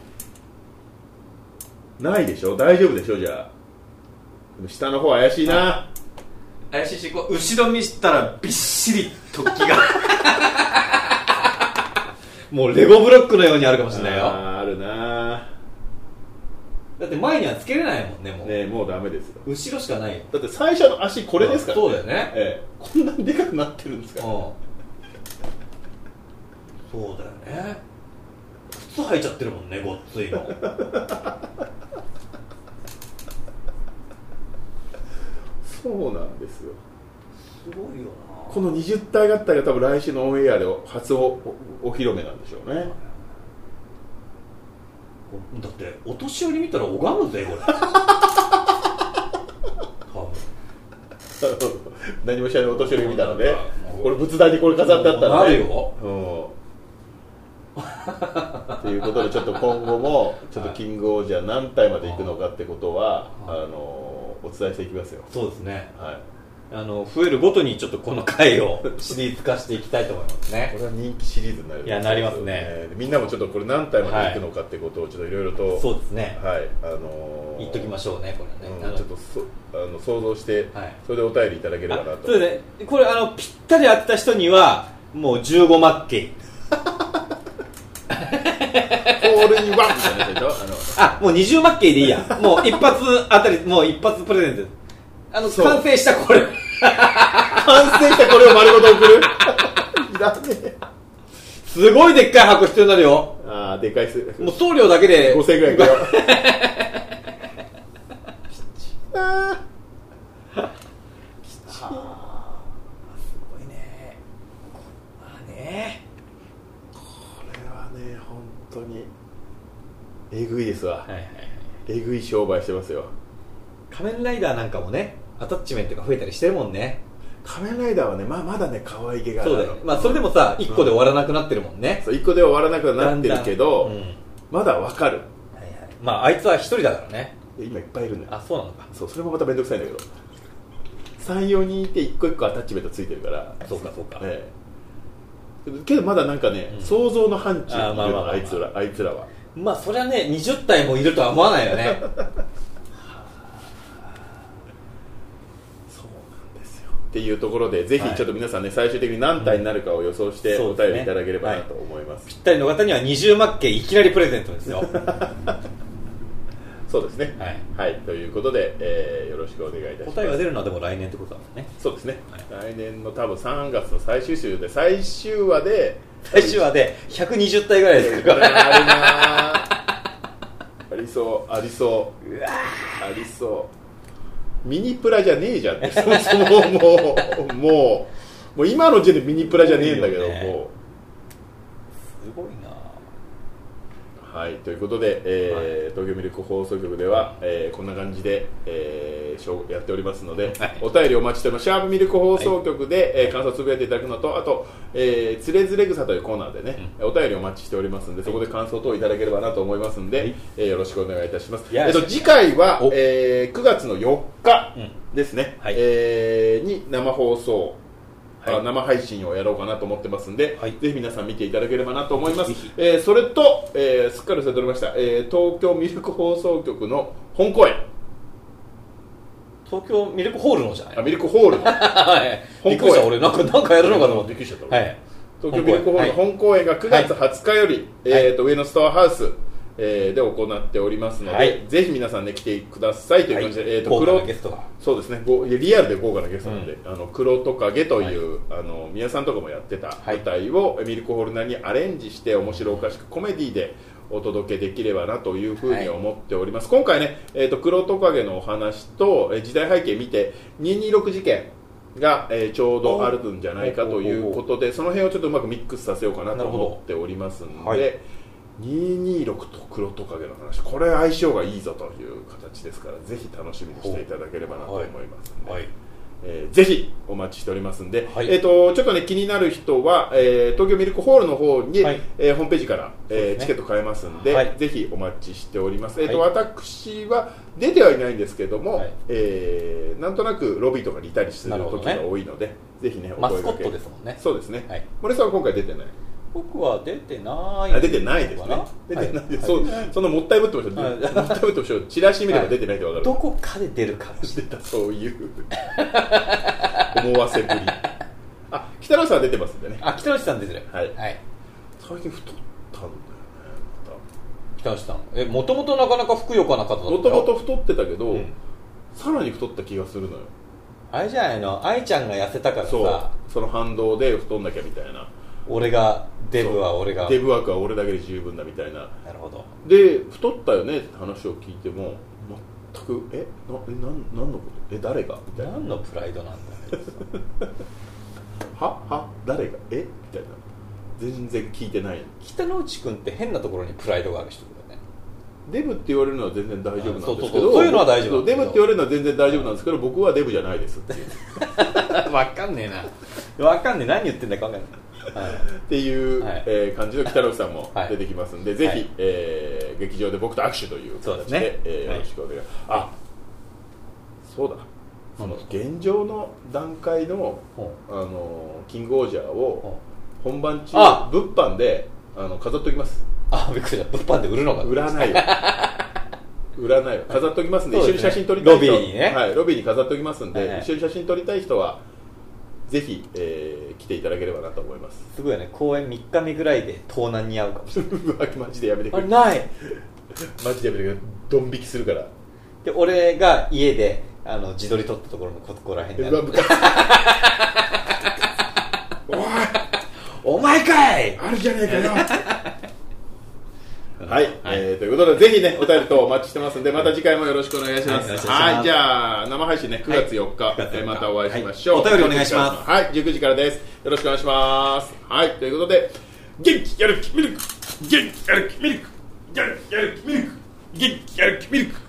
[SPEAKER 1] ないでしょ大丈夫でしょじゃあでも下の方怪しいな、
[SPEAKER 2] 怪しいしこう後ろ見したらびっしり突起が (laughs) もうレゴブロックのようにあるかもしれないよ
[SPEAKER 1] あーあるな
[SPEAKER 2] だって前にはつけれないもんねもう
[SPEAKER 1] ねえもうダメですよ
[SPEAKER 2] 後ろしかないよ
[SPEAKER 1] だって最初の足これですから、
[SPEAKER 2] そうだよね
[SPEAKER 1] ええ、こんなにでかくなってるんですから
[SPEAKER 2] うんそうだよね靴履いちゃってるもんねごっつ (laughs) いの
[SPEAKER 1] そうなんですよ
[SPEAKER 2] すごいよ
[SPEAKER 1] この20体合体が多分来週のオンエアで初おおお披露目なんでしょうね
[SPEAKER 2] なだってお年寄り見たら拝むぜこれ
[SPEAKER 1] (laughs)
[SPEAKER 2] 多分
[SPEAKER 1] (laughs) 何も知らないお年寄りみたいな
[SPEAKER 2] そう
[SPEAKER 1] ね
[SPEAKER 2] なんだ
[SPEAKER 1] これ仏壇にこれ飾ってあったらね
[SPEAKER 2] なるよ
[SPEAKER 1] うんということでちょっと今後もちょっとキングオージャー何体までいくのかってことはあ
[SPEAKER 2] はい
[SPEAKER 1] のお伝えしていきますよ
[SPEAKER 2] そうですね
[SPEAKER 1] はい
[SPEAKER 2] あの増えるごとにちょっとこの
[SPEAKER 1] (laughs)
[SPEAKER 2] 回をシリーズ化していきたいと思います
[SPEAKER 1] こ
[SPEAKER 2] ね
[SPEAKER 1] れは人気シリーズになる
[SPEAKER 2] いやなりますね
[SPEAKER 1] えーみんなもちょっとこれ何体までいくのかってことをちょっといろいろと
[SPEAKER 2] そうですね
[SPEAKER 1] はいあのー
[SPEAKER 2] 言っときましょうねこれね、あ
[SPEAKER 1] うん
[SPEAKER 2] の
[SPEAKER 1] ちょっとそあの想像して
[SPEAKER 2] はい
[SPEAKER 1] それでお便りいただければな
[SPEAKER 2] あ
[SPEAKER 1] と
[SPEAKER 2] そうですねこれあのぴったり当てた人にはもう15マッケイ
[SPEAKER 1] ホールにワンみたいなやつでしょあの
[SPEAKER 2] あもう20マッケイで
[SPEAKER 1] (laughs)
[SPEAKER 2] いいやもう一発あたりもう一発プレゼントですあの
[SPEAKER 1] そう
[SPEAKER 2] 完成し
[SPEAKER 1] (laughs)
[SPEAKER 2] たこれ
[SPEAKER 1] 完成したこれを丸ごと送る (laughs) いらねえ
[SPEAKER 2] すごいでっかい箱必要になるよ
[SPEAKER 1] ああでかいす
[SPEAKER 2] もう送料だけで
[SPEAKER 1] 5000円ぐらい
[SPEAKER 2] (laughs)
[SPEAKER 1] かよあ
[SPEAKER 2] あーすごいねまあね
[SPEAKER 1] ーこれはね本当にえぐいですわ、
[SPEAKER 2] はいはいはい
[SPEAKER 1] えぐい商売してますよ
[SPEAKER 2] 仮面ライダーなんかもねアタッチメントが増えたりしてるもんね
[SPEAKER 1] 仮面ライダーはね、まあ、まだね可愛げがある
[SPEAKER 2] そうだよ、まあ、それでもさ1個で終わらなくなってるもんね、
[SPEAKER 1] そう一個では終わらなくなってるけど
[SPEAKER 2] だんだんうん
[SPEAKER 1] まだわかる
[SPEAKER 2] はいはい、まああいつは一人だからね
[SPEAKER 1] 今いっぱいいるんだよ
[SPEAKER 2] あそうなのか
[SPEAKER 1] そうそれもまた面倒くさいんだけど34人いて一個一個アタッチメントついてるから
[SPEAKER 2] そうかそうか、
[SPEAKER 1] ええけどまだなんかね、
[SPEAKER 2] うん
[SPEAKER 1] 想像の範疇
[SPEAKER 2] あーまあまあまあ
[SPEAKER 1] いつらあいつらは
[SPEAKER 2] まあそりゃね20体もいるとは思わないよね
[SPEAKER 1] そうなんですよっていうところでぜ
[SPEAKER 2] はい
[SPEAKER 1] ひちょっと皆さんね、最終的に何体になるかを予想して
[SPEAKER 2] うん
[SPEAKER 1] お便りいただければなと思います、
[SPEAKER 2] ぴったりの方には20マッケいきなりプレゼント
[SPEAKER 1] (laughs)
[SPEAKER 2] ですよ
[SPEAKER 1] そうですね
[SPEAKER 2] はい
[SPEAKER 1] はい、ということで、えーよろしくお願いいたします
[SPEAKER 2] 答えが出るのはでも来年ってことだもんね
[SPEAKER 1] そうですね、来年の多分3月の最終週で最終話で
[SPEAKER 2] 最終話で120体ぐらいです
[SPEAKER 1] これ
[SPEAKER 2] か
[SPEAKER 1] はあるなありそうありそうありそうミニプラじゃねえじゃんってそもそももうもうもう今の時点でミニプラじゃねえんだけど
[SPEAKER 2] 多いよね
[SPEAKER 1] も
[SPEAKER 2] すごいな
[SPEAKER 1] うはいということで、えー東京ミルク放送局では、えーこんな感じで、えーしょうやっておりますので、
[SPEAKER 2] はい
[SPEAKER 1] お便りお待ちしておりますシャープミルク放送局で、えー感想をつぶやいていただくのとあと、えーつれづれ草というコーナーでね、お便りお待ちしておりますのでそこで感想等いただければなと思いますので、
[SPEAKER 2] はい
[SPEAKER 1] えーよろしくお願いいたします
[SPEAKER 2] いや
[SPEAKER 1] えっと、次回は
[SPEAKER 2] お、
[SPEAKER 1] えー9月の4日
[SPEAKER 2] うん
[SPEAKER 1] ですね、
[SPEAKER 2] はい
[SPEAKER 1] えーに生放送、
[SPEAKER 2] はい
[SPEAKER 1] あ生配信をやろうかなと思ってますんで、
[SPEAKER 2] はい
[SPEAKER 1] ぜひ皆さん見ていただければなと思います
[SPEAKER 2] ぜひぜひ、
[SPEAKER 1] えーそれと、えーすっかり忘れておりました、えー東京ミルク放送局の本公演
[SPEAKER 2] 東京ミルクホールのじゃない
[SPEAKER 1] あミルクホー
[SPEAKER 2] (laughs)
[SPEAKER 1] ル
[SPEAKER 2] はい。びっくりした。俺、なんか、なんかやるのかと思っ
[SPEAKER 1] び
[SPEAKER 2] て。
[SPEAKER 1] っくりしちゃった
[SPEAKER 2] はい。
[SPEAKER 1] 東京ミルクホールの本公演が9月20日より、えー、と上野ストアハウス、えーで行っておりますので、
[SPEAKER 2] はい
[SPEAKER 1] ぜひ皆さんね来てくださいという
[SPEAKER 2] はい。
[SPEAKER 1] 感じで、えーと
[SPEAKER 2] 豪華
[SPEAKER 1] 黒
[SPEAKER 2] なゲストが。
[SPEAKER 1] そうですねごリアルで豪華なゲストなんで、あの黒トカゲという、あの宮さんとかもやってた
[SPEAKER 2] はい
[SPEAKER 1] 舞台を、ミルクホールなりにアレンジして面白おかしくコメディでお届けできればなというふうに思っております、今回ね、えー、と黒トカゲのお話と、えー時代背景見て226事件が、えーちょうどあるんじゃないかということでその辺をちょっとうまくミックスさせようかなと
[SPEAKER 2] なるほど
[SPEAKER 1] 思っておりますんで、
[SPEAKER 2] はい
[SPEAKER 1] 226と黒トカゲの話これ相性がいいぞという形ですからぜひ楽しみにしていただければなと思いますんで、
[SPEAKER 2] はい。
[SPEAKER 1] えーぜひお待ちしておりますんで、
[SPEAKER 2] はい
[SPEAKER 1] えー、とちょっとね気になる人は、えー東京ミルクホールの方に、
[SPEAKER 2] はい
[SPEAKER 1] えーホームページから、
[SPEAKER 2] そ
[SPEAKER 1] え
[SPEAKER 2] うです
[SPEAKER 1] ー
[SPEAKER 2] ね
[SPEAKER 1] チケット買えますんで、
[SPEAKER 2] はい
[SPEAKER 1] ぜひお待ちしております、えーと
[SPEAKER 2] はい
[SPEAKER 1] 私は出てはいないんですけども、
[SPEAKER 2] はい
[SPEAKER 1] えーなんとなくロビーとかにいたりする
[SPEAKER 2] なるほど
[SPEAKER 1] 時
[SPEAKER 2] ね
[SPEAKER 1] が多いので、ぜひねお
[SPEAKER 2] マ
[SPEAKER 1] 声
[SPEAKER 2] スコ
[SPEAKER 1] 掛
[SPEAKER 2] ッ
[SPEAKER 1] け
[SPEAKER 2] トですもんね。
[SPEAKER 1] そうですね、
[SPEAKER 2] はい。
[SPEAKER 1] 森さんは今回出てない
[SPEAKER 2] 僕は出てない
[SPEAKER 1] あ出てないです
[SPEAKER 2] か
[SPEAKER 1] ね出てないです、
[SPEAKER 2] は
[SPEAKER 1] そうそのもったいぶってました、
[SPEAKER 2] はい
[SPEAKER 1] もったいぶってましたチラシ見れば出てないって分かる、
[SPEAKER 2] どこかで出るかもし
[SPEAKER 1] 出たそういう思わせぶりあ北野さんは出てますんでね
[SPEAKER 2] れない。あ、北内さん出てる。
[SPEAKER 1] はい
[SPEAKER 2] はい。
[SPEAKER 1] 最近太ったんだよね
[SPEAKER 2] 北内さん。え、もともとなかなかふくよかな方だった
[SPEAKER 1] またもともと太ってたけど、
[SPEAKER 2] うん
[SPEAKER 1] さらに太った気がするのよ
[SPEAKER 2] あれじゃないの愛ちゃんが痩せたから
[SPEAKER 1] そ
[SPEAKER 2] さ
[SPEAKER 1] うその反動で太んなきゃみたいな
[SPEAKER 2] 俺がデブは俺が
[SPEAKER 1] デブ枠は俺だけで十分だみたいな
[SPEAKER 2] なるほど
[SPEAKER 1] で太ったよねって話を聞いても全くえなえなん何のことえ誰がみたいな
[SPEAKER 2] 何のプライドなんだよ
[SPEAKER 1] はは誰がえみたいな全然聞いてない
[SPEAKER 2] 北之内君って変なところにプライドがある人だよね
[SPEAKER 1] デブって言われるのは全然大丈夫なんですけ
[SPEAKER 2] そうそうそ
[SPEAKER 1] ど
[SPEAKER 2] うそういうのは大丈夫
[SPEAKER 1] そうデブって言われるのは全然大丈夫なんですけど僕はデブじゃないですって
[SPEAKER 2] (laughs)
[SPEAKER 1] いう
[SPEAKER 2] 分かんねえな分かんねえ何言ってんだか分かんない、はい
[SPEAKER 1] っていう、
[SPEAKER 2] はい
[SPEAKER 1] えー感じの北野さんも
[SPEAKER 2] はい
[SPEAKER 1] 出てきますんで、ぜひ、
[SPEAKER 2] はい
[SPEAKER 1] えー劇場で僕と握手という
[SPEAKER 2] そう
[SPEAKER 1] 形
[SPEAKER 2] で
[SPEAKER 1] です
[SPEAKER 2] ね
[SPEAKER 1] えー
[SPEAKER 2] はい
[SPEAKER 1] よろしくお願い、あそうだその
[SPEAKER 2] 何
[SPEAKER 1] 現状の段階の、
[SPEAKER 2] ほ
[SPEAKER 1] あのーキングオージャー
[SPEAKER 2] うほ
[SPEAKER 1] を
[SPEAKER 2] う
[SPEAKER 1] 本番中
[SPEAKER 2] あ
[SPEAKER 1] 物販であの飾っておきます
[SPEAKER 2] あびっくりした物販で売るのが
[SPEAKER 1] 売らない
[SPEAKER 2] (laughs)
[SPEAKER 1] よ売らないよ飾っておきますんで
[SPEAKER 2] そう
[SPEAKER 1] 一緒に
[SPEAKER 2] ですね
[SPEAKER 1] 写真撮りたい人
[SPEAKER 2] ロビーにね
[SPEAKER 1] はい、ロビーに飾っておきますんで、
[SPEAKER 2] はいはい
[SPEAKER 1] 一緒に写真撮りたい人はぜひ、えー来ていただければなと思います (laughs)
[SPEAKER 2] すごいよね公演3日目ぐらいで盗難に遭うかもしれ
[SPEAKER 1] うわマジでやめてく
[SPEAKER 2] ない
[SPEAKER 1] れ
[SPEAKER 2] あない
[SPEAKER 1] マジでやめてくれドン引きするから
[SPEAKER 2] で俺が家であの自撮り撮ったところのここら辺にあ
[SPEAKER 1] うわ
[SPEAKER 2] る
[SPEAKER 1] ムカつくおい
[SPEAKER 2] お前かい
[SPEAKER 1] あるじゃねえか
[SPEAKER 2] (laughs)
[SPEAKER 1] よはい、
[SPEAKER 2] はい
[SPEAKER 1] えーということでぜひねお便りとお待ちしてますんでまた次回もよろしくお願いします
[SPEAKER 2] はいお願いします
[SPEAKER 1] はいじゃあ生配信ね9月4日、
[SPEAKER 2] 9月4日
[SPEAKER 1] えーまたお会いしましょう、
[SPEAKER 2] はいお便りお願いします
[SPEAKER 1] はい19時からですよろしくお願いしますはいということで元気やる気ミルク元気やる気ミルクやる気やる気ミルク元気やる気ミルク